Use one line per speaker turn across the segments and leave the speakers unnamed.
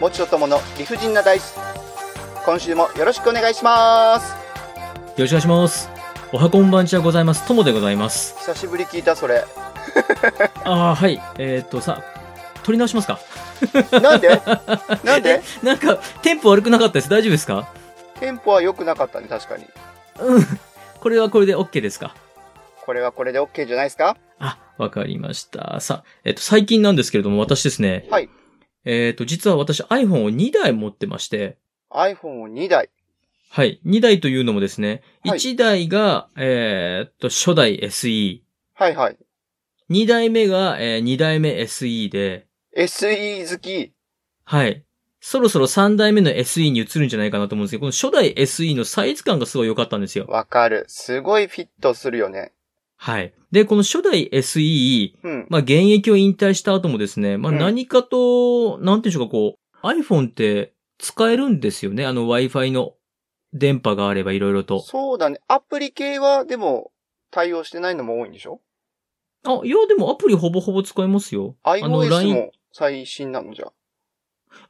もちとともの理不尽なダイス今週もよろしくお願いします
よろしくお願いします。おはこんばんちはございます。ともでございます。
久しぶり聞いたそれ
ああ、はい。えーっと、さ、取り直しますか
なん でなんで
なんか、テンポ悪くなかったです。大丈夫ですか
テンポは良くなかったね確かに
うん。これはこれで OK ですか
これはこれで OK じゃないですか
あ、わかりました。さ、えっと、最近なんですけれども、私ですね。
はい
えーっと、実は私 iPhone を2台持ってまして、
iPhone を2台
はい。2台というのもですね、
はい
1台が、えーっと、初代 SE、
はいはい
2台目が、え2台目 SE で、
SE 好き
はい。そろそろ3代目の SE に移るんじゃないかなと思うんですけど、この初代 SE のサイズ感がすごい良かったんですよ。
わかるすごいフィットするよね
はい。で、この初代 SE、
うん
まあ現役を引退した後もですね、まあ
うん
何かと、なんていうんでしょうか、こう、iPhone って使えるんですよね。あの Wi-Fi の電波があればいろいろと。
そうだねアプリ系はでも対応してないのも多いんでしょ
あ、いや、でもアプリほぼほぼ使えますよ。あの
iOS
LINE、
も最新なのじゃ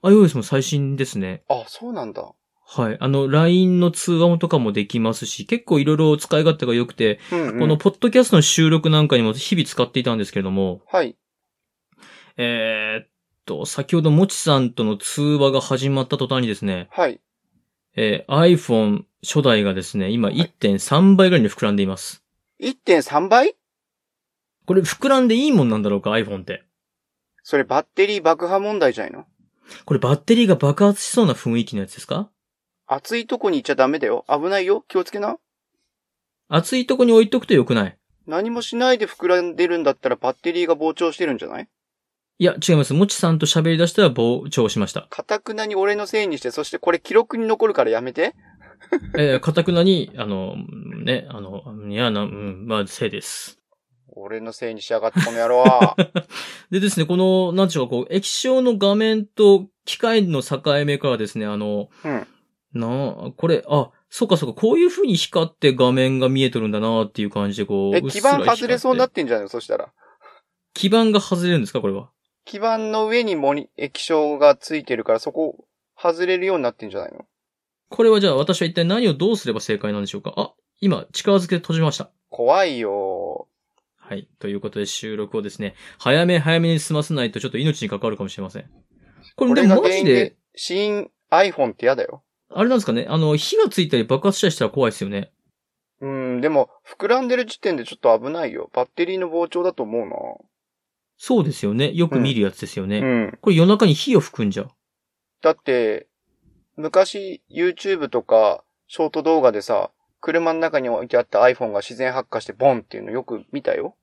iOS も最新ですね。
あそうなんだ
はい。あの LINE の通話とかもできますし、結構いろいろ使い勝手が良くて、
うん、うん、
このポッドキャストの収録なんかにも日々使っていたんですけれども、
はい
えーっと、先ほどもちさんとの通話が始まった途端にですね、
はい
えー iPhone 初代がですね、今1.3倍ぐらいに膨らんでいます。
1.3倍
これ膨らんでいいもんなんだろうか、iPhone って。
それバッテリー爆破問題じゃないの
これバッテリーが爆発しそうな雰囲気のやつですか
暑いとこに行っちゃダメだよ。危ないよ。気をつけな。
熱いとこに置いとくと良くない
何もしないで膨らんでるんだったらバッテリーが膨張してるんじゃない
いや、違います。もちさんと喋り出したら膨張しました。
かたくなに俺のせいにして、そしてこれ記録に残るからやめて。
えー、かたくなに、あの、ね、あの、いや、な、うん、まあ、せいです。
俺のせいにしやがってこの野郎 は。
でですね、この、なんでしょうか、こう、液晶の画面と機械の境目からですね、あの、
うん
なあ、これ、あ、そうかそうか、こういう風に光って画面が見えとるんだなっていう感じで、こう、
え、
うっ
基
すら
板外れそうにな
光
っ
って
てんじゃないのそしたら。
基板が外れるんですか、これは。
基板の上にモニ、液晶がついてるからそこ外れるようになってんじゃないの
これはじゃあ、私は一体何をどうすれば正解なんでしょうか。あ、今、力づけで閉じました。
怖いよ
はい。ということで収録をですね、早め早めに済ませないとちょっと命に関わるかもしれません。これ
こ
で
れが
もマ
原
ジ
因
で
で、、新 iPhone ってやだよ。
あれなんですかね、あの、火がついたり爆発したりしたら怖いですよね。
うん、でも、膨らんでる時点でちょっと危ないよ。バッテリーの膨張だと思
そうですよね。よく見るやつですよね。
うな。うん。
これ夜中に火を吹くんじゃ。
だって、昔 YouTube とかショート動画でさ、車の中に置いてあった iPhone が自然発火してボンっていうのよく見たよ。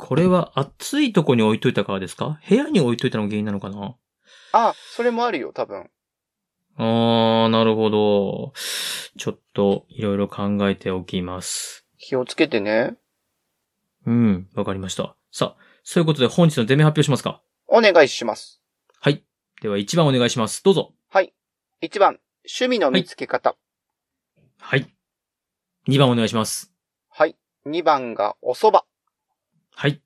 これは暑いとこに置いといたからですか部屋に置いといたのが原因なのかな
あ、それもあるよ、多分。
あー、なるほど。ちょっと、いろいろ考えておきます。
気をつけてね。
うん、わかりました。さあ、そういうことで本日のデメ発表しますか
お願いします。
はい。では1番お願いします。どうぞ。
1番、趣味の見つけ方。
はい。2番お願いします。
はい。2番がお蕎麦。
はい。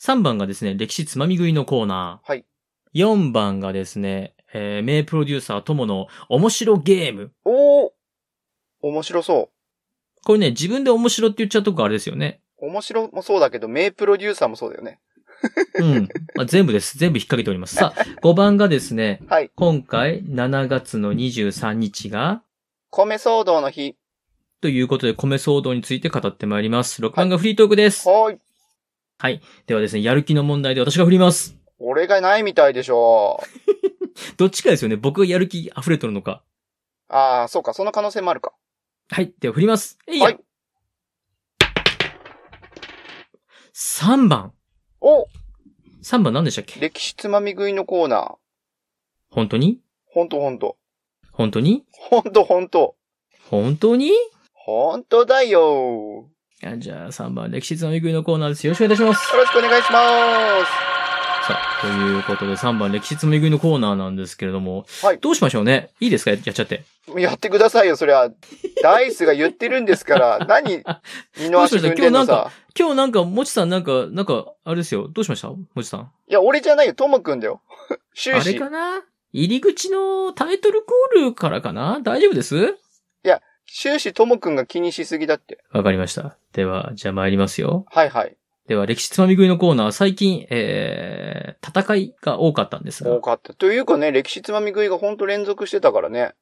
3番がですね、歴史つまみ食いのコーナー。
はい。
4番がですね、えー、名プロデューサー友の面白ゲーム。
おー面白そ
これね、自分で面白って言っちゃうとこあれですよね。
う。面白もそうだけど、名プロデューサーもそうだよね。
うん。まあ、全部です。全部引っ掛けております。さあ、5番がですね、
はい。
今回7月の23日が、
米騒動の日。
ということで米騒動について語ってまいります。6番がフリートークです。
はーい。
ではですね、やる気の問題で私が振ります。
俺がないみたいでしょ。
どっちかですよね。僕がやる気溢れとるのか。
あー、そうか、その可能性もあるか。
はい。では振ります。えいや。
はい。
3番。
お
3番何でしたっけ
歴史つまみ食いのコーナー。
本当に
ほんとほんと。
本当に
ほんとほんと。
本当に
ほんとだよ。
あじゃあ3番、歴史つまみ食いのコーナーです。よろしくお願いいたします。
よろしくお願いしま
さあ、ということで3番、歴史つむぎ食いのコーナーなんですけれども、
はい
どうしましょうねいいですかややっちゃって。
す。やってくださいよ、そりゃ。ダイスが言ってるんです から。何二の足踏んでんの
どうしました今日なん
さ。
今日なんか、もちさんなんか、なんか、あれですよ。どうしましたもちさん。
いや、俺じゃないよ、ともくんだよ。終
あれ
始。
かな入り口のタイトルコールからかな大丈夫です
終始ともくんが気にしすぎだって。
わかりました。では、じゃあ参りますよ。
はいはい。
では、歴史つまみ食いのコーナー、最近、えー、戦いが多かったんです
多
が。
かった。というかね、歴史つまみ食いがほんと連続してたからね。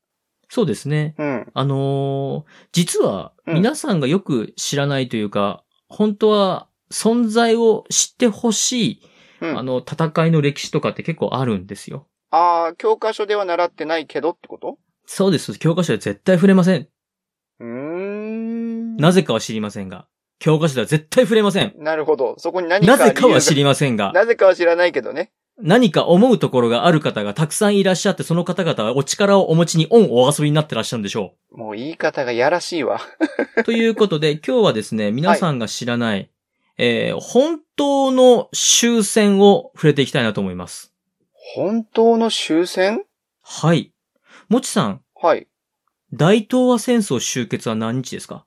そうですね。
うん。
あのー実は、
うん
皆さんがよく知らないというか、本当は、存在を知ってほしい、
うん。
あ
あ
の、戦いの歴史とかって結構あるんですよ。
あー、教科書では習ってないけどってこと
そうです。教科書では絶対触れません。
うーん。
なぜかは知りませんが。教科書では絶対触れません。
なるほど。そこに何か
なぜかは知
り
りません が。
なぜかは知らないけどね。
何か思うところがある方がたくさんいらっしゃって、その方々はお力をお持ちに恩をお遊びになってらっしゃるんでしょ
もう言い方がやらしいわ。
う。ということで、今日はですね、皆さんが知らない、えー、本当の終戦を触れていきたいなと思います。
本当の終戦
はい。もちさん、
はい。
大東亜戦争終結は何日ですか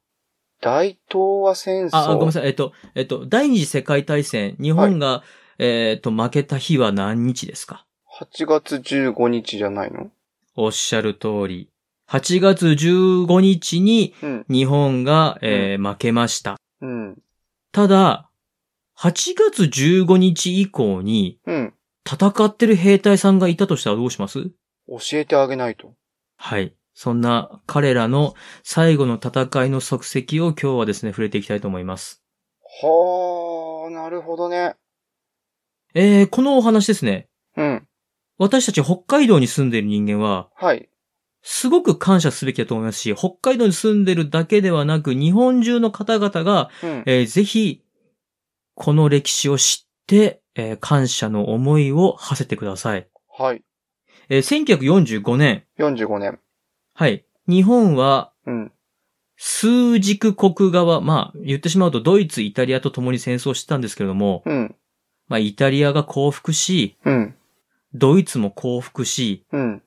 大東亜戦争。。
あ、あごめんないさい。えっと、えっと、第二次世界大戦、日本が、えっと、負けた日は何日ですか
8月15日じゃないの
おっしゃる通り。8月15日に
うん。
日本が、えー負けました。
うん。
ただ、8月15日以降に
うん。
戦ってる兵隊さんがいたとしたらどうします
教えてあげないと。
はい。そんな彼らの最後の戦いの足跡を今日はですね、触れていきたいと思います。
はあ、なるほどね。
えー、このお話ですね。
うん。
私たち北海道に住んでいる人間は、
はい。
すごく感謝すべきだと思いますし、北海道に住んでるだけではなく、日本中の方々が、
うん。
えーぜひ、この歴史を知って、えー感謝の思いを馳せてください。
はい。
えー1945年、
45年。
はい。日本は、
うん。
数軸国側、まあ、言ってしまうとドイツ、イタリアと共に戦争してたんですけれども、
うん。
まあ、イタリアが降伏し、
うん。
ドイツも降伏し、
うん。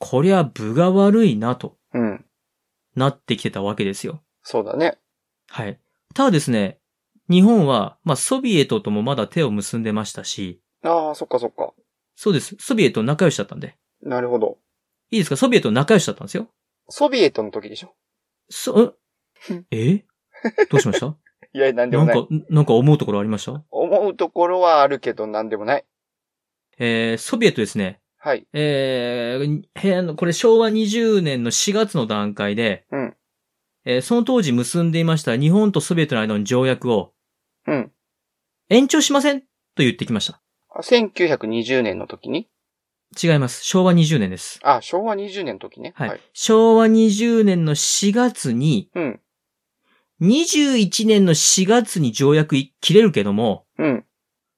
こりゃ分が悪いなと
うん。
なってきてたわけですよ。
そうだね。
はい。ただですね、日本は、まあ、ソビエトともまだ手を結んでましたし、
ああ、そっかそっか。
そうです。ソビエト仲良しだったんで。
なるほど。
いいですかソビエト仲良しだったんですよ。
ソビエトの時でしょ
そ、んえどうしました
いや、 なんで
な
も
ん
ない。
か、なんか思うところありました
思うところはあるけど、なんでもない。
えー、ソビエトですね。
はい。
えー、へあのこれ昭和20年の4月の段階で、
うん
えーその当時結んでいました日本とソビエトの間の条約を
うん。
延長しませんと言ってきました。
あ1920年の時に
違います。昭和20年です。
あ、昭和20年の時ね。
はい。。昭和20年の4月に、
うん。
21年の4月に条約い切れるけども、
うん。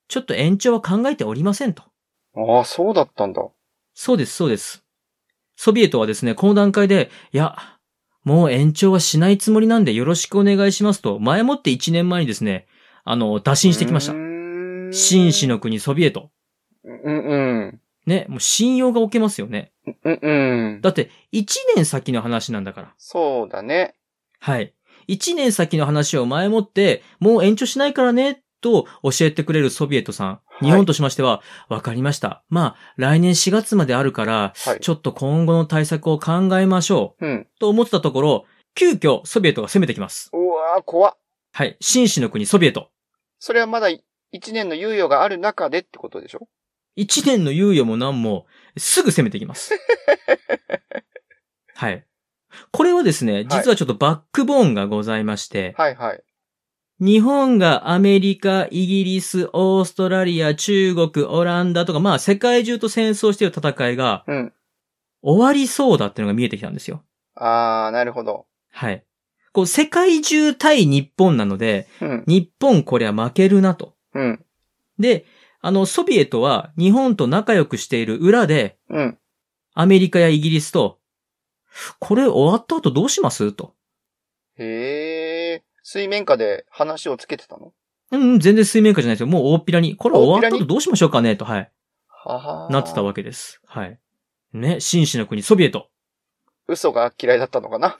ちょっと延長は考えておりませんと。
ああ、そうだったんだ。
そうです、そうです。ソビエトはですね、この段階で、いや、もう延長はしないつもりなんでよろしくお願いしますと、前もって1年前にですね、あの、打診してきました。
紳
紳士。の国ソビエト。
うんうん。
ね、もう信用が置けますよね。
うんうん。
だって、1年先の話なんだから。
そうだね。
はい。1年先の話を前もって、もう延長しないからね、と教えてくれるソビエトさん。
い
日本としましては、わ、かりました。まあ、来年4月まであるから、
はい
ち。ょっと今後の対策を考えましょ
うん。
う、と思ってたところ、急遽ソビエトが攻めてきます。
うわー怖っ
はい。紳士の国ソビエト。
それはまだ1年の猶予がある中でってことでしょ
1年の猶予も何も、すぐ攻めてきます。はい。これはですね、実はちょっとバックボーンがございまして、
はいはい。
日本がアメリカ、イギリス、オーストラリア、中国、オランダとか、まあ世界中と戦争してる戦いが
うん。
終わりそうだっていうのが見えてきたんですよ。
ああ、なるほど。
はい。こう世界中対日本なので、
うん。
日本こりゃ負けるなと。
うん。
で、あのソビエトは日本と仲良くしている裏で、
うん。
アメリカやイギリスと、これ終わった後どうしますと。
へえ。水面下で話をつけてたの
うんうん、全然水面下じゃないですよ。もう大っぴらに。これ終わった後どうしましょうかねと、はい。
はは
なってたわけです。はい。ね、紳士の国、ソビエト。
嘘が嫌いだったのかな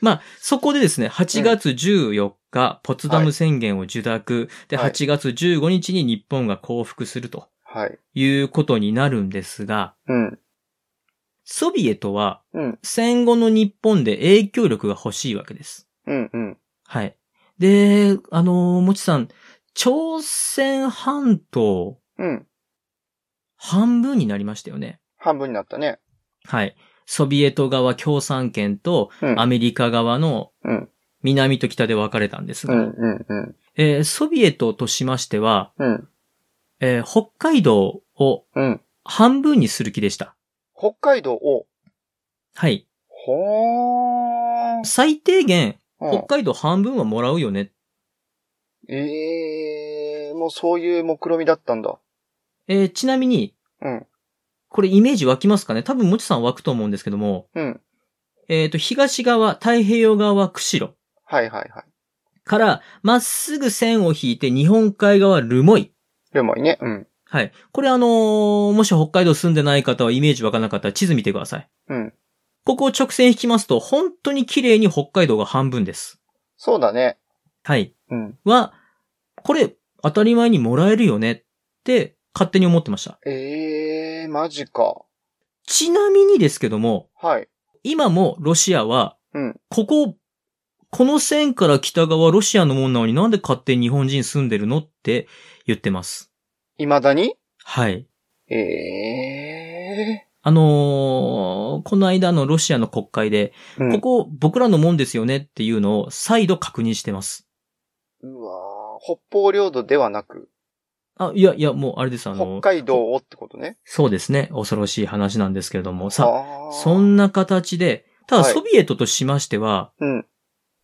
まあ、そこでですね、8月14日、ポツダム宣言を受諾、で、
はい
8月15日に日本が降伏すると。
はい。
いうことになるんですが、
うん。
ソビエトは
うん。
戦後の日本で影響力が欲しいわけです。
うん。うん。
はい。で、あのーもちさん、朝鮮半島
うん。
半分になりましたよね。
半分になったね。
はい。ソビエト側共産圏と
うん
アメリカ側の
うん
南と北で分かれたんです
う
が、
ん。うん。うん。
えーソビエトとしましては、
うん。
えー北海道を
うん。
半分にする気でした。
北海道を、
はい。
ほー。
最低限、
う
北
ん
海道半分はもらうよね。
ええー、もうそういう目論みだったんだ。
えーちなみに、
うん。
これイメージ湧きますかね多分もちさん湧くと思うんですけども、
うん。
えっ、と、東側、太平洋側は釧路
はいはいはい。
から、まっすぐ線を引いて日本海側、留萌。
でもいいね。うん。
はい。これあのーもし北海道住んでない方はイメージわからなかったら地図見てください。
うん。
ここを直線引きますと、本当に綺麗に北海道が半分です。
そうだね。
はい。
うん。
は、これ、当たり前にもらえるよねって、勝手に思ってました。
ええー、マジか。
ちなみにですけども、
はい。
今もロシアは、
うん
ここ、この線から北側ロシアのもんなのになんで勝手に日本人住んでるのって言ってます。
未だに
はい。
ええ
あのーこの間のロシアの国会で、
ー。うん
ここ僕らのもんですよねっていうのを再度確認してます。
うわー北方領土ではなく、
あ、いやいや、もうあれです、あの
北海道をってことね。
そうですね。恐ろしい話なんですけれども、さ、
あー
そんな形で、ただ
はい
ソビエトとしましては、
うん。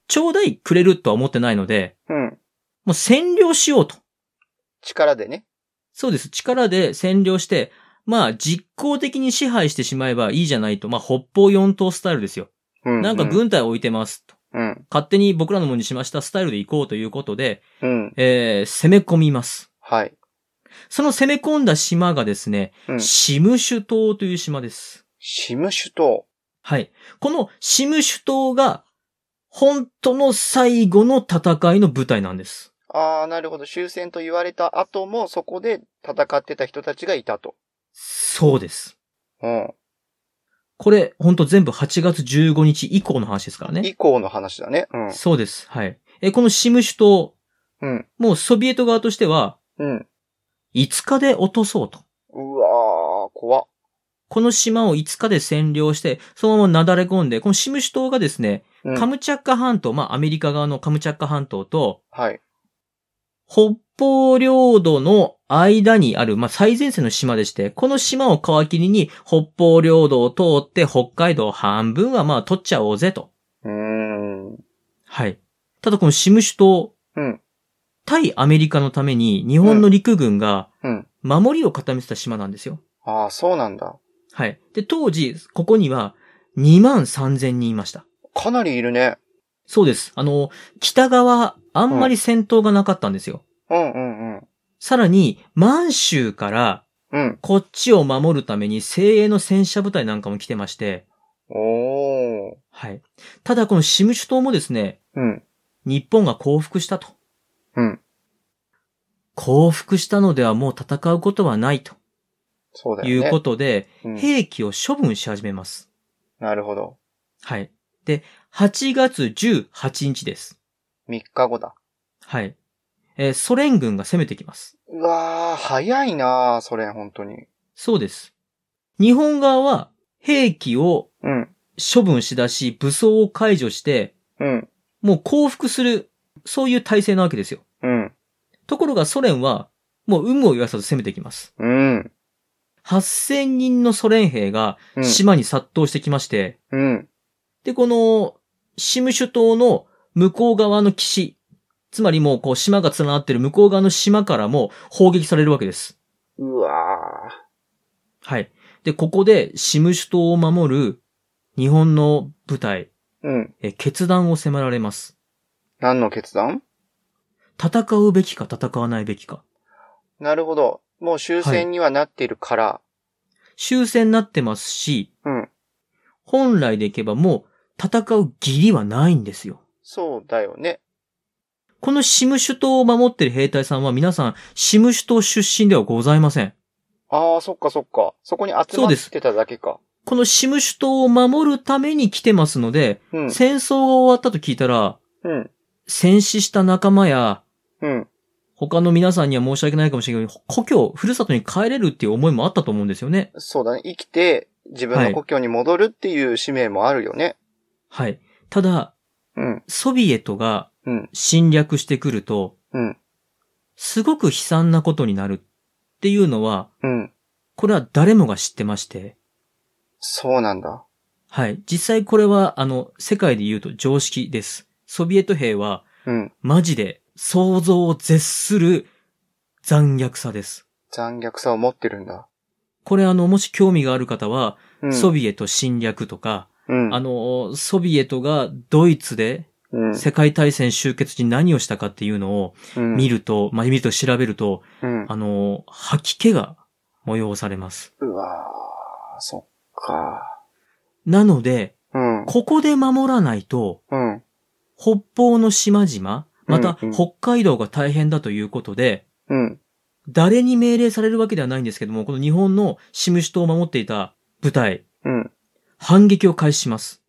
ちょうだいくれるとは思ってないので、
うん。
もう占領しようと。
力でね。
そうです。力で占領して、まあ実効的に支配してしまえばいいじゃないと。まあ北方四島スタイルですよ。
うん。
なんか
うん
軍隊置いてますと。
うん。
勝手に僕らのものにしましたスタイルで行こうということで、
うん。
えー、攻め込みます。
はい。
その攻め込んだ島がですね、
うん。
シムシュ島という島です。
シムシュ島。
はい。このシムシュ島が、本当の最後の戦いの舞台なんです。
ああ、なるほど。終戦と言われた後も、そこで戦ってた人たちがいたと。
そうです。
うん。
これ、本当全部8月15日以降の話ですからね。
以降の話だね。うん。
そうです。はい。え、このシムシュ島、
うん。
もうソビエト側としては、
うん。
5日で落とそうと。
うわー、怖っ。
この島を5日で占領して、そのままなだれ込んで、このシムシュ島がですね、
う
カ
ん、
ムチャッカ半島、まあアメリカ側のカムチャッカ半島と、
はい。
北方領土の間にある、まあ、最前線の島でして、この島を皮切りに北方領土を通って北海道半分はまあ取っちゃおうぜと。
うーん。
はい。ただこのシムシュ島、
うん。
対アメリカのために日本の陸軍が
うん。
守りを固めてた島なんですよ。
ああ、そうなんだ。
はい。で、当時、ここには2万3000人いました。
かなりいるね。
そうです。あの、北側、あんまり戦闘がなかったんですよ。
うんうんうん。
さらに、満州から、
うん。
こっちを守るために精鋭の戦車部隊なんかも来てまして、
おー。
はい。ただこのシムシュ島もですね、
うん。
日本が降伏したと。
うん。
降伏したのではもう戦うことはないと
そうだよ
い
ね。
うことで、
うん
兵器を処分し始めます。
なるほど。
はい。で、8月18日です。
3日後だ。
はい。えーソ連軍が攻めてきます。
うわー、早いなー、それ、本当に。
そうです。日本側は兵器を
うん。
処分しだし、武装を解除して、
うん。
もう降伏する、そういう体制なわけですよ。
うん。
ところがソ連は、もう有無を言わさず攻めてきます。
うん。
8000人のソ連兵が
うん。
島に殺到してきまして、
うん。
で、この、シムシュ島の向こう側の岸、つまりもうこう島が連なってる向こう側の島からも砲撃されるわけです。
うわ
はい。で、ここでシムシュ島を守る日本の部隊、
ー。うん。
え決断を迫られます。
何の決断
戦うべきか戦わないべきか。
なるほど。もう終戦にはなっているから。
終戦になってますし、
うん。
本来でいけばもう戦う義理はないんですよ。
そうだよね。
このシムシュ島を守ってる兵隊さんは皆さん、シムシュ島出身ではございません。
ああ、そっかそっか。そこに集ま
そう
っ
です
てただけか。
このシムシュ島を守るために来てますので、
うん。
戦争が終わったと聞いたら、
うん。
戦死した仲間や、
うん。
他の皆さんには申し訳ないかもしれないけど、故郷、ふるさとに帰れるっていう思いもあったと思うんですよね。
そうだね。生きて、自分の故郷に戻るっていう使命もあるよね。
はい。ただ、
うん。
ソビエトが
うん。
侵略してくると、
うん。
すごく悲惨なことになるっていうのは、
うん。
これは誰もが知ってまして、
そうなんだ。
はい。実際これは、あの、世界で言うと常識です。ソビエト兵は、
うん。
マジで想像を絶する残虐さです。
残虐さを持ってるんだ。
これあの、もし興味がある方は、
うん。
ソビエト侵略とか、
うん。
あの、ソビエトがドイツで
うん、
世界大戦終結時に何をしたかっていうのを
うん。
見ると、まあ、見ると調べると、
うん。
あの、吐き気が催されます。
うわーそっか。
なので、
うん。
ここで守らないと、
うん。
北方の島々、また
うんうん
北海道が大変だということで、
うん。
誰に命令されるわけではないんですけども、この日本のシムシ島を守っていた部隊、
うん。
反撃を開始します。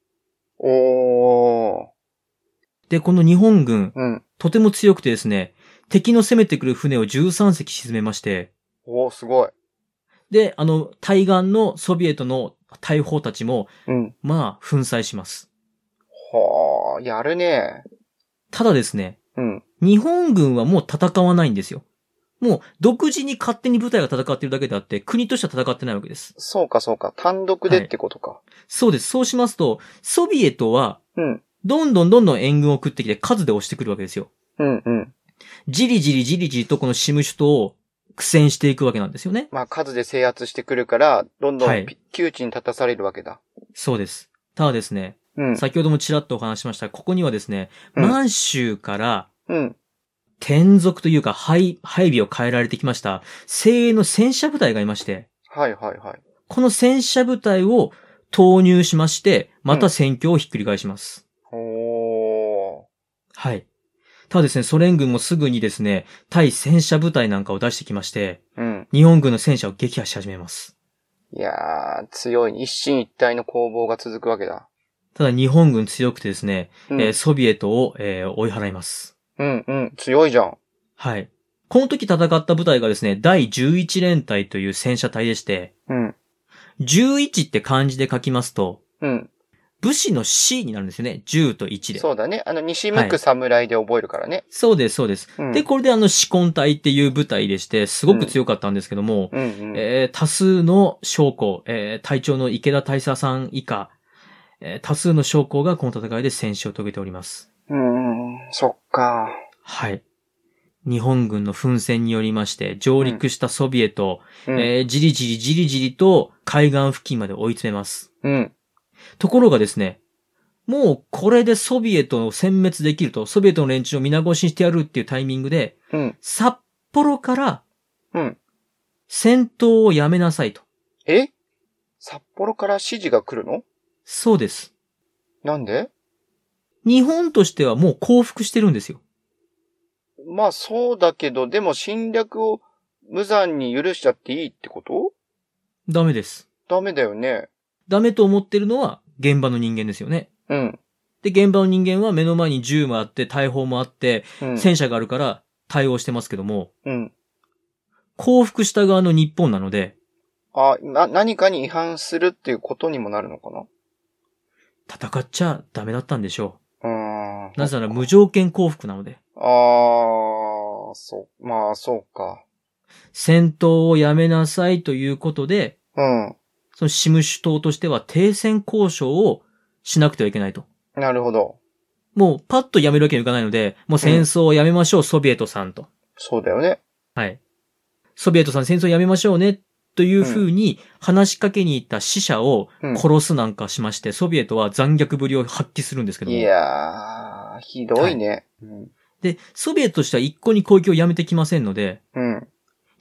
おー。
で、この日本軍、
うん。
とても強くてですね、敵の攻めてくる船を13隻沈めまして、
おー、すごい。
で、あの、対岸のソビエトの大砲たちも、
うん。
まあ、粉砕します。
はー、やるね。
ただですね、
うん。
日本軍はもう戦わないんですよ。もう、独自に勝手に部隊が戦っているだけであって、国としては戦ってないわけです。
そうか、そうか。単独で
はい
ってことか。
そうです。そうしますと、ソビエトは、
うん。
どんどんどんどん援軍を食ってきて数で押してくるわけですよ。
うん、うん。
じりじりじりじりとこのシムシュ島を苦戦していくわけなんですよね。
まあ、数で制圧してくるから、どんどん、
はい
ピ窮地に立たされるわけだ。
そうです。ただですね、
うん。
先ほどもちらっとお話ししました、ここにはですね、
うん
満州から
うん。
転属というか配配備を変えられてきました、精鋭の戦車部隊がいまして、
はい、はい、はい。
この戦車部隊を投入しまして、また戦況をひっくり返します。
おー。
はい。ただですね、ソ連軍もすぐにですね、対戦車部隊なんかを出してきまして、
うん。
日本軍の戦車を撃破し始めます。
いやー、強い。一進一退の攻防が続くわけだ。
ただ日本軍強くてですね、
うん、
えーソビエトを、えー追い払います。
うん、うん。強いじゃん。
はい。この時戦った部隊がですね、第11連隊という戦車隊でして、
うん。
11って漢字で書きますと、
うん。
武士の士になるんですよね。10と1で。そう
そうだね。あの、西向
は
く
い
侍で覚えるからね。
です、そうです。
うん
で、これであの、四根隊っていう部隊でして、すごく強かったんですけども、
うん、うん。
えー多数の将校、えー隊長の池田大佐さん以下、えー多数の将校がこの戦いで戦死を遂げております。
うん、うんそっか。
はい。日本軍の奮戦によりまして、上陸したソビエト、
うん。
えーじりじりじりじりと海岸付近まで追い詰めます。
うん。
ところがですね、もうこれでソビエトを殲滅できると、ソビエトの連中を皆殺しにしてやるっていうタイミングで、
うん。
札幌から
うん。
戦闘をやめなさいと。
え札幌から指示が来るの
そうです。
なんで
日本としてはもう降伏してるんですよ。
まあそうだけど、でも侵略を無残に許しちゃっていいってこと
ダメです。
ダメだよね。
ダメと思ってるのは現場の人間ですよね。
うん。
で、現場の人間は目の前に銃もあって、大砲もあって、
うん。
戦車があるから対応してますけども、
うん。
降伏した側の日本なので、
あ、な、何かに違反するっていうことにもなるのかな
戦っちゃダメだったんでしょ
うーん。
う。なぜなら無条件降伏なので、
あー、そう、まあそうか。
戦闘をやめなさいということで、
うん。
そのシムシュ党としては停戦交渉をしなくてはいけないと。
なるほど。
もうパッとやめるわけにはいかないので、もう戦争をやめましょう、ソビエトさんと。
そうだよね。
はい。ソビエトさん戦争やめましょうね、というふうに話しかけに行った死者を
うん。
殺すなんかしまして、ソビエトは残虐ぶりを発揮するんですけども。
いやー、ひどいね。うん
で、ソビエトとしては一向に攻撃をやめてきませんので、
うん。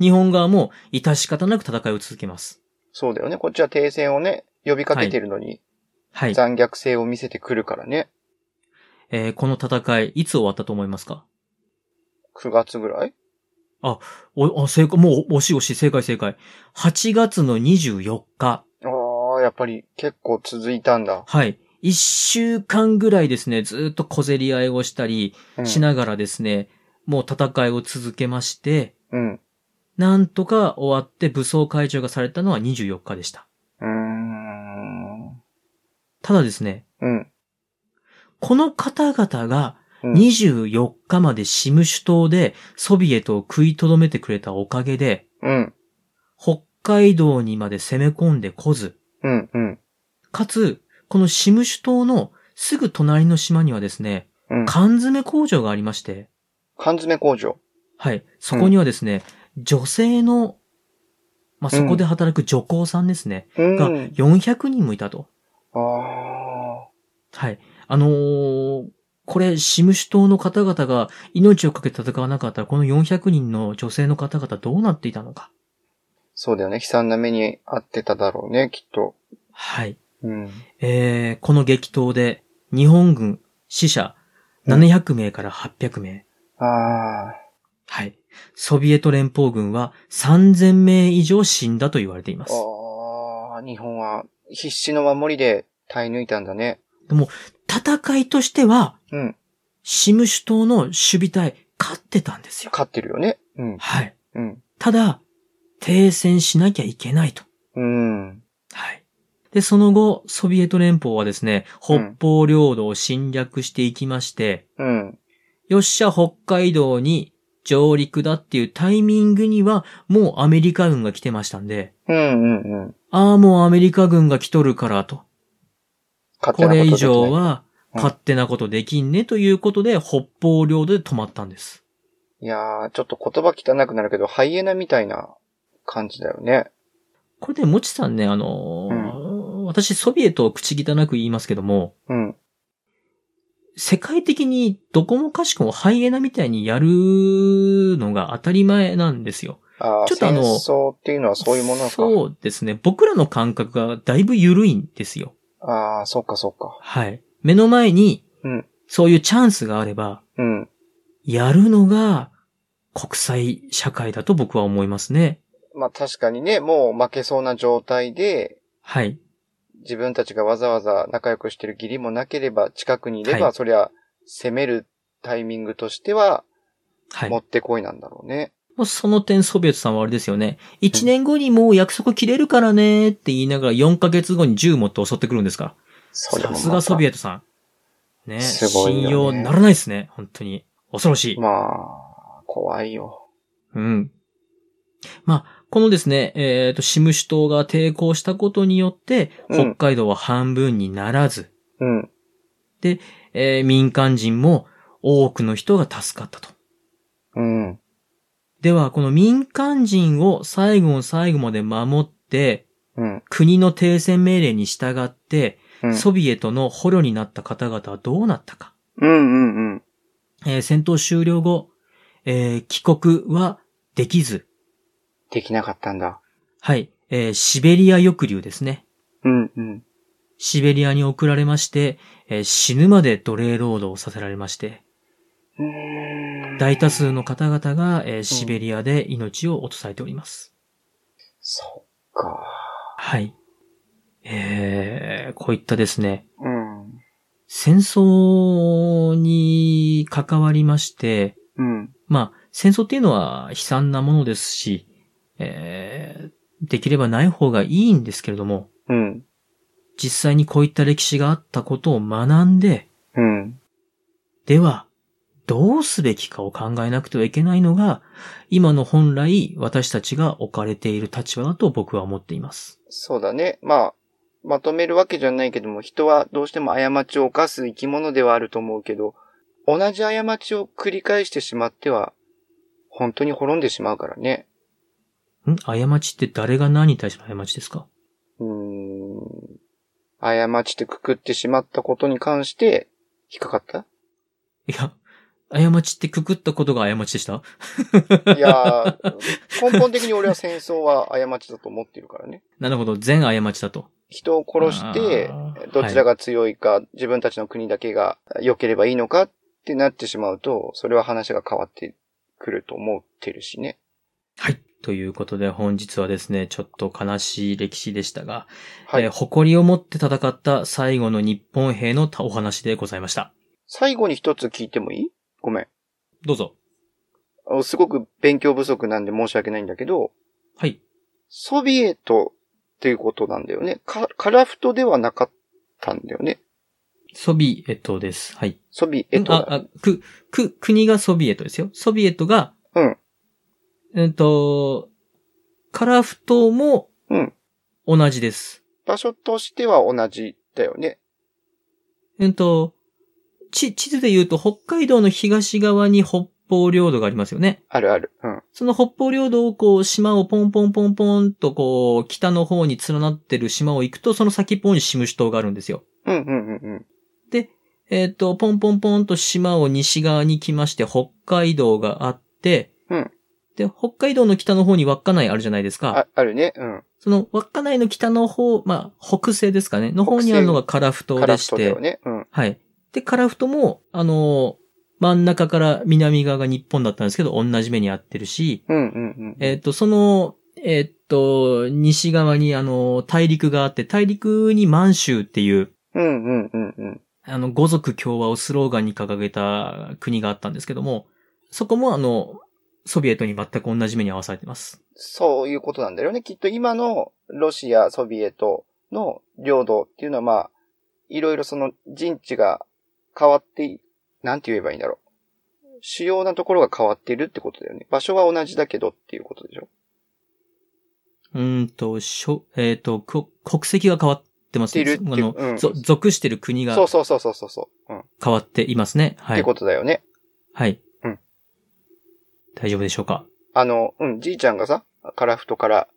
日本側も致し方なく戦いを続けます。
そうだよね。こっちは停戦をね、呼びかけてるのに、
はい。
残虐性を見せてくるからね。
えーこの戦い、いつ終わったと思いますか
9月ぐらい
あお、あ、正解、もう、惜しい惜しい、正解正解。8月の24日。
ああ、やっぱり結構続いたんだ。
はい。1週間ぐらいですね、ずーっと小競り合いをしたり
うん、
しながらですね、もう戦いを続けまして、
うん。
なんとか終わって武装解除がされたのは24日でした。
うーん。
ただですね、
うん。
この方々が
うん
24日までシムシュ島でソビエトを食いとどめてくれたおかげで、
うん。
北海道にまで攻め込んでこず、
うん。うん。
かつ、このシムシュ島のすぐ隣の島にはですね、
うん。
缶詰工場がありまして、
缶詰工場。
はい。そこにはですね、女性の、まあ、そこで働く女工さんですね、
う
が
ん。
400人もいたと。
ああ。
はい。あのーこれ、シムシュ島の方々が命をかけて戦わなかったら、この400人の女性の方々どうなっていたのか。
そうだよね。悲惨な目に遭ってただろうね、きっと。
はい。
うん。
えー、この激闘で、日本軍死者700名から800名。
ああ。
はい。ソビエト連邦軍は3000名以上死んだと言われています。
ああ、日本は必死の守りで耐え抜いたんだね。
戦いとしては、
うん。
シムシュ島の守備隊勝ってたんですよ。
勝ってるよね。うん。
はい。
うん。
ただ、停戦しなきゃいけないと。
うん。
はい。で、その後、ソビエト連邦はですね、
うん
北方領土を侵略していきまして、
うん。
よっしゃ、北海道に上陸だっていうタイミングには、もうアメリカ軍が来てましたんで、
うん。うん。うん。
ああ、もうアメリカ軍が来とるからと。
勝
これ以
は。
上は、
うん
勝手なことできんねということで、北方領土で止まったんです。
いやー、ちょっと言葉汚くなるけど、ハイエナみたいな感じだよね。
これで、もちさんね、あのー私、ソビエトを口汚く言いますけども、
うん。
世界的にどこもかしこもハイエナみたいにやるのが当たり前なんですよ。
ああ、
ちょっとあの
戦争っていうのはそういうものなのか。
そうですね。僕らの感覚がだいぶ緩いんですよ。
ああ、そうかそうか。
はい。目の前に
うん、
そういうチャンスがあれば、
うん。
やるのが国際社会だと僕は思いますね。
まあ確かにね、もう負けそうな状態で、
はい。
自分たちがわざわざ仲良くしてる義理もなければ、近くにいれば、
はい
そりゃ、攻めるタイミングとしては、
はい。
も
も
ってこいなんだろうね。
うその点ソビエトさんはあれですよね。1年後にもう約束切れるからねって言いながら4ヶ月後に銃持って襲ってくるんですから。
それも
さ
また
すがソビエトさん。ね
すごいよね
信用ならないですね。本当に。恐ろしい。
まあ、怖いよ。
うん。まあ、このですね、えっ、と、シムシュ島が抵抗したことによって、
うん
北海道は半分にならず、
うん。
えー民間人も多くの人が助かったと。
うん。
では、この民間人を最後の最後まで守って、
うん。
国の停戦命令に従って、
うん。
ソビエトの捕虜になった方々はどうなったか。
うんうんうん。
えー戦闘終了後、えー帰国はできず、
できなかったんだ。
はい、えーシベリア抑留ですね。
うんうん。
シベリアに送られまして、えー死ぬまで奴隷労働をさせられまして、
うーん
大多数の方々が、えーシベリアで命を落とされております。
そっか。
はい。えー、こういったですね、
うん。
戦争に関わりまして、
うん。
まあ、戦争っていうのは悲惨なものですし、えー、できればない方がいいんですけれども、
うん。
実際にこういった歴史があったことを学んで、
うん。
では、どうすべきかを考えなくてはいけないのが、今の本来私たちが置かれている立場だと僕は思っています。
そうだね。まあ、まとめるわけじゃないけども、人はどうしても過ちを犯す生き物ではあると思うけど、同じ過ちを繰り返してしまっては、本当に滅んでしまうからね。
ん過ちって誰が何に対しての過ちですか
うーん。過ちってくくってしまったことに関して、引っかかった
いや、過ちってくくったことが過ちでした
いやー、 根本的に俺は戦争は過ちだと思ってるからね。
なるほど、全過ちだと。
人を殺して
あー、
どちらが強いか、自分たちの国だけが良ければいいのかってなってしまうと、それは話が変わってくると思ってるしね。
はい。ということで本日はですね、ちょっと悲しい歴史でしたが、
はい。
えー誇りを持って戦った最後の日本兵のお話でございました。
最後に一つ聞いてもいいごめん
どうぞ。
あ。すごく勉強不足なんで申し訳ないんだけど、
はい。
ソビエトっていうことなんだよね。カカラフトではなかったんだよね。
ソビエトです。はい。
ソビエト
あ、
だ。
あ、く、く、国がソビエトですよ。ソビエトが、
うん。
うんと、カラフトも、
うん
同じです。
場所としては同じだよね。
うんと、地、地図で言うと北海道の東側に北方領土がありますよね。
あるある。うん。
その北方領土をこう、島をポンポンポンポンとこう、北の方に連なってる島を行くと、その先っぽにシムシュ島があるんですよ。
うんうんうんうん。
えっ、と、ポンポンポンと島を西側に来まして、北海道があって、
うん
で、北海道の北の方に稚内あるじゃないですか。
あ、あるね。うん。
その稚内の北の方、まあ、北西ですかね、の方にあるのがカラフト
カラ
で
フ
し
トだ
て、
よね。うん。
はい。で、カラフトも、あのー真ん中から南側が日本だったんですけど、同じ目にあってるし、
うんうんうん。
えっ、と、その、えっ、と、西側にあの、大陸があって、大陸に満州っていう、
うんうんうんうん。
あの、五族共和をスローガンに掲げた国があったんですけども、そこもあの、ソビエトに全く同じ目に合わされてます。
そういうことなんだよね。きっと今のロシア、ソビエトの領土っていうのはまあ、いろいろその陣地が変わってい、なんて言えばいいんだろう。主要なところが変わっているってことだよね。場所は同じだけどっていうことでしょ。
うーんと、しょ、えっ、と、こ国籍が変わってますね。
ってるって
あの、
うん
ぞ属してる国
そ
が
うそうそうそうそうそう。うん。
変わっていますね。は
って
い。
ことだよね。
はい。
うん
大丈夫でしょうか
あの、うん、じいちゃんがさ、カラフトから、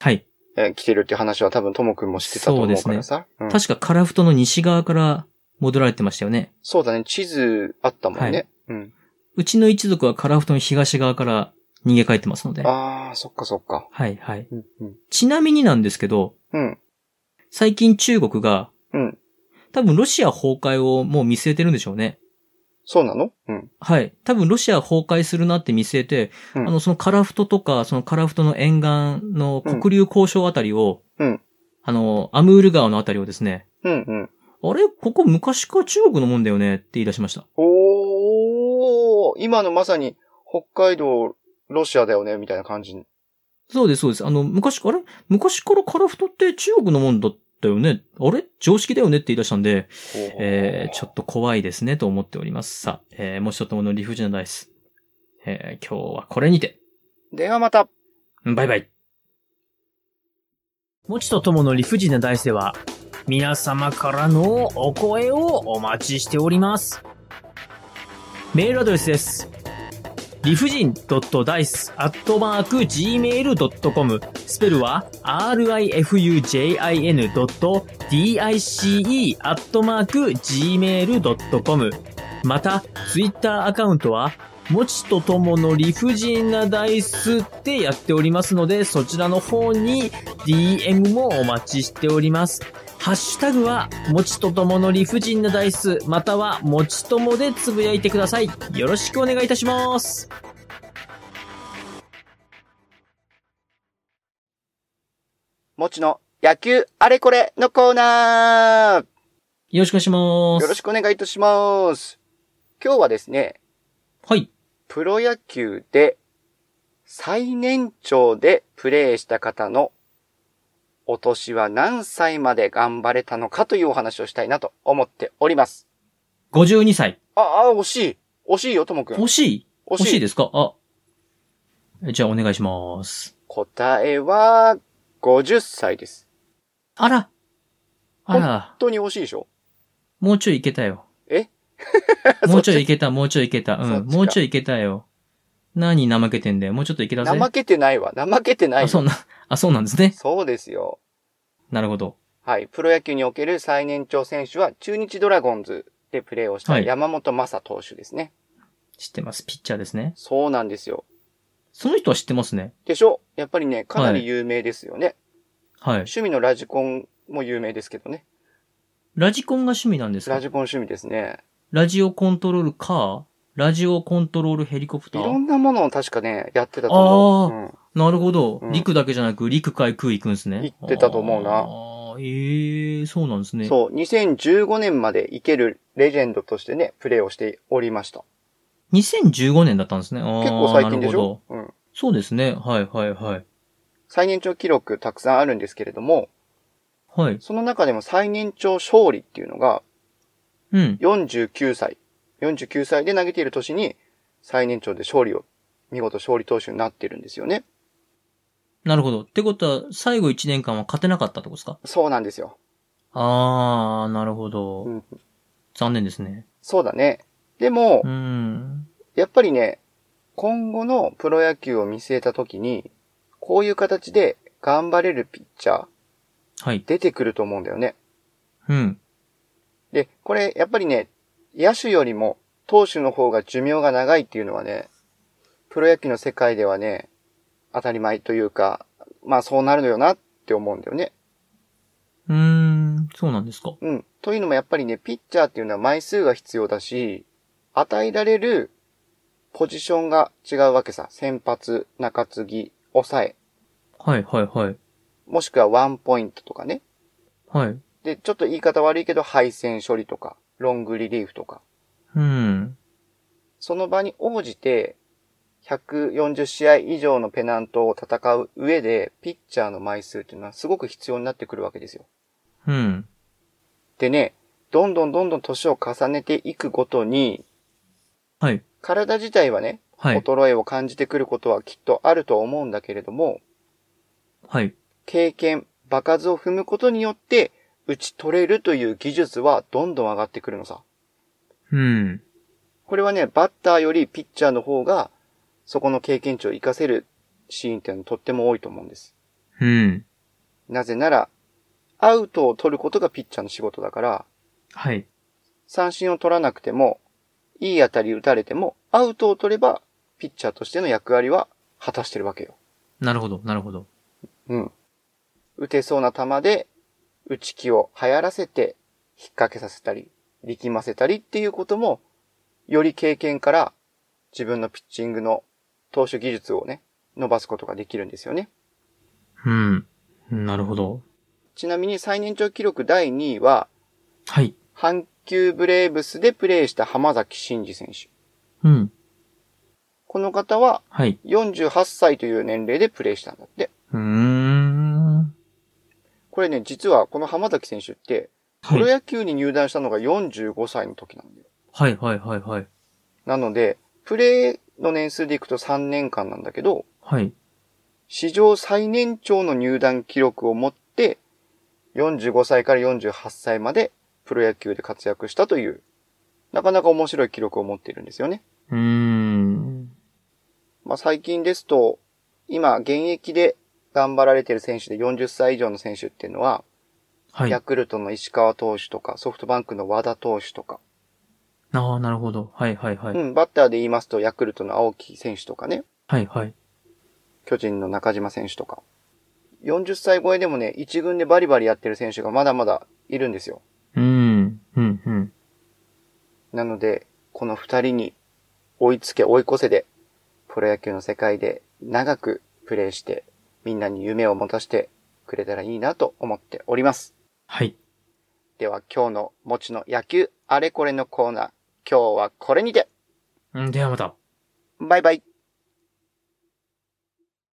はい。
えー来てるっていう話は多分ともくんも知ってたと思うからさ。うん
確かカラフトの西側から戻られてましたよね。
そうだね。地図あったもんね。うん。
うちの一族はカラフトの東側から逃げ帰ってますので。は
ああ、そっかそっか。
いはい。
うん、うん。
ちなみになんですけど、
うん。
最近中国が、
うん。
多分ロシア崩壊をもう見据えてるんでしょうね。
そうなのうん。
はい。多分ロシア崩壊するなって見据えて、
うん
あの、そのカラフトとか、そのカラフトの沿岸の黒竜交渉あたりを、
うん
あの、アムール川のあたりをですね、
うん、うん。
あれここ昔から中国のもんだよねって言い出しました。
おー、今のまさに北海道、ロシアだよね、みたいな感じ。
そうです、そうです。あの、昔、あれ昔からカラフトって中国のもんだったよねあれ常識だよねって言い出したんで、えー、ちょっと怖いですねと思っております。さあ、えー、もう一つもの理不尽なダイス。えー、今日はこれにて、
ではまた
バイバイ。
もちとともの理不尽なダイスでは、皆様からのお声をお待ちしております。メールアドレスです。理不尽 d i c e g m a i l c o m スペルは rifujin.dice g m a i l c o m また、ツイッターアカウントは、もちとともの理不尽なダイスってやっておりますので、そちらの方に DM もお待ちしております。ハッシュタグは、もちとともの理不尽なダイス、または、もちともでつぶやいてください。よろしくお願いいたします。
もちの野球あれこれのコーナー
よろしくお願いします。
よろしくお願いいたします。今日はですね、
はい。
プロ野球で最年長でプレーした方のお年は何歳まで頑張れたのかというお話をしたいなと思っております。
52歳。
あ、あ、惜しい。惜しいよ、ともくん。
惜しい惜しい
で
ですかあ。じゃあお願いします。
答えは、50歳です。
あら。あら
本。当に惜しいでしょ
もうちょいいけたよ。
え
もうちょいいけた、もうちょいいけた。
そ
う
っ
ん。
ちか
もうちょいいけたよ。何怠けてんだよ。もうちょっといけたぜ。
怠けてないわ。怠けてない
あ、そ
よ。
うな、 あ、そうなんですね。
そうですよ。
なるほど。
はい。プロ野球における最年長選手は、中日ドラゴンズでプレーをした
はい
山本正投手ですね。
知ってます。ピッチャーですね。
そうなんですよ。
その人は知ってますね。
でしょやっぱりね、かなり有名ですよね。
はい。
趣味のラジコンも有名ですけどね。
ラジコンが趣味なんです
ラ
か
ジコン趣味ですね。
ラジオコントロールカーラジオコントロールヘリコプ
い
タ
ろ
ー
んなものを確かね、やってたと思う。うん、
なるほど
う。ん
陸だけじゃなく、陸海空行くんですね。
行ってたと思うな
あーええそうなんですね。
そう、2015年まで行けるレジェンドとしてね、プレイをしておりました。
2015年だったんですね。
結構最近でしょ
ど。
うん。
そうですね。はいはいはい。
最年長記録たくさんあるんですけれども、
はい。
その中でも最年長勝利っていうのが
うん。
49歳。49歳で投げている年に最年長で勝利を、見事勝利投手になってるんですよね。
なるほど。ってことは、最後1年間は勝てなかったってことですか
そうなんですよ。
あー、なるほど。
うん
残念ですね。
そうだね。でも
う、ん。
やっぱりね、今後のプロ野球を見据えた時に、こういう形で頑張れるピッチャー
はい。
出てくると思うんだよね。
うん。
で、これやっぱりね、野手よりも投手の方が寿命が長いっていうのはね、プロ野球の世界ではね、当たり前というか、まあそうなるのよなって思うんだよね。
うーん、そうなんですか。
うん。というのもやっぱりね、ピッチャーっていうのは枚数が必要だし、与えられるポジションが違うわけさ。先発、中継ぎ、抑え、
はいはいはい。
もしくはワンポイントとかね。
はい。
で、ちょっと言い方悪いけど、配線処理とか、ロングリリーフとか。
うん。
その場に応じて、140試合以上のペナントを戦う上で、ピッチャーの枚数っていうのはすごく必要になってくるわけですよ。
うん。
でね、どんどんどんどん年を重ねていくごとに、
はい。
体自体はね、
はい。
衰えを感じてくることはきっとあると思うんだけれども、
はい。
経験、場数を踏むことによって、打ち取れるという技術はどんどん上がってくるのさ。
うん。
これはね、バッターよりピッチャーの方が、そこの経験値を活かせるシーンっていうのはとっても多いと思うんです。
うん。
なぜなら、アウトを取ることがピッチャーの仕事だから、
はい。
三振を取らなくても、いい当たり打たれても、アウトを取れば、ピッチャーとしての役割は果たしてるわけよ。
なるほど、なるほど。
うん。打てそうな球で、打ち気を流行らせて、引っ掛けさせたり、力ませたりっていうことも、より経験から自分のピッチングの投手技術をね、伸ばすことができるんですよね。
うん。なるほど。
ちなみに最年長記録第2位は、
はい。
阪急ブレーブスでプレーした浜崎慎二選手。
うん。
この方は
はい。
48歳という年齢でプレーしたんだって。
うーん。
これね、実はこの浜崎選手って、
は
プロ
い。
野球に入団したのが45歳の時なんだよ。
はい、はい、はい、はい。
なので、プレイの年数でいくと3年間なんだけど、
はい。
史上最年長の入団記録を持って、45歳から48歳までプロ野球で活躍したという、なかなか面白い記録を持っているんですよね。
うーん。
まあ最近ですと、今現役で頑張られている選手で40歳以上の選手っていうのは、
はい。
ヤ
あ
クルトの石川投手とか、ソフトバンクの和田投手とか、
あ、なるほど。はい、はい、は
う
い。
ん、バッターで言いますとヤクルトの青木選手とかね、
はい、はい。
巨人の中島選手とか。40歳超えでもね、一軍でバリバリやってる選手がまだまだいるんですよ。
うん。うん、うん。
なので、この二人に追いつけ追い越せで、プロ野球の世界で長くプレーして、みんなに夢を持たせてくれたらいいなと思っております。
はい。
では今日のもちの野球あれこれのコーナー、今日はこれにて
うんではまた。
バイバイ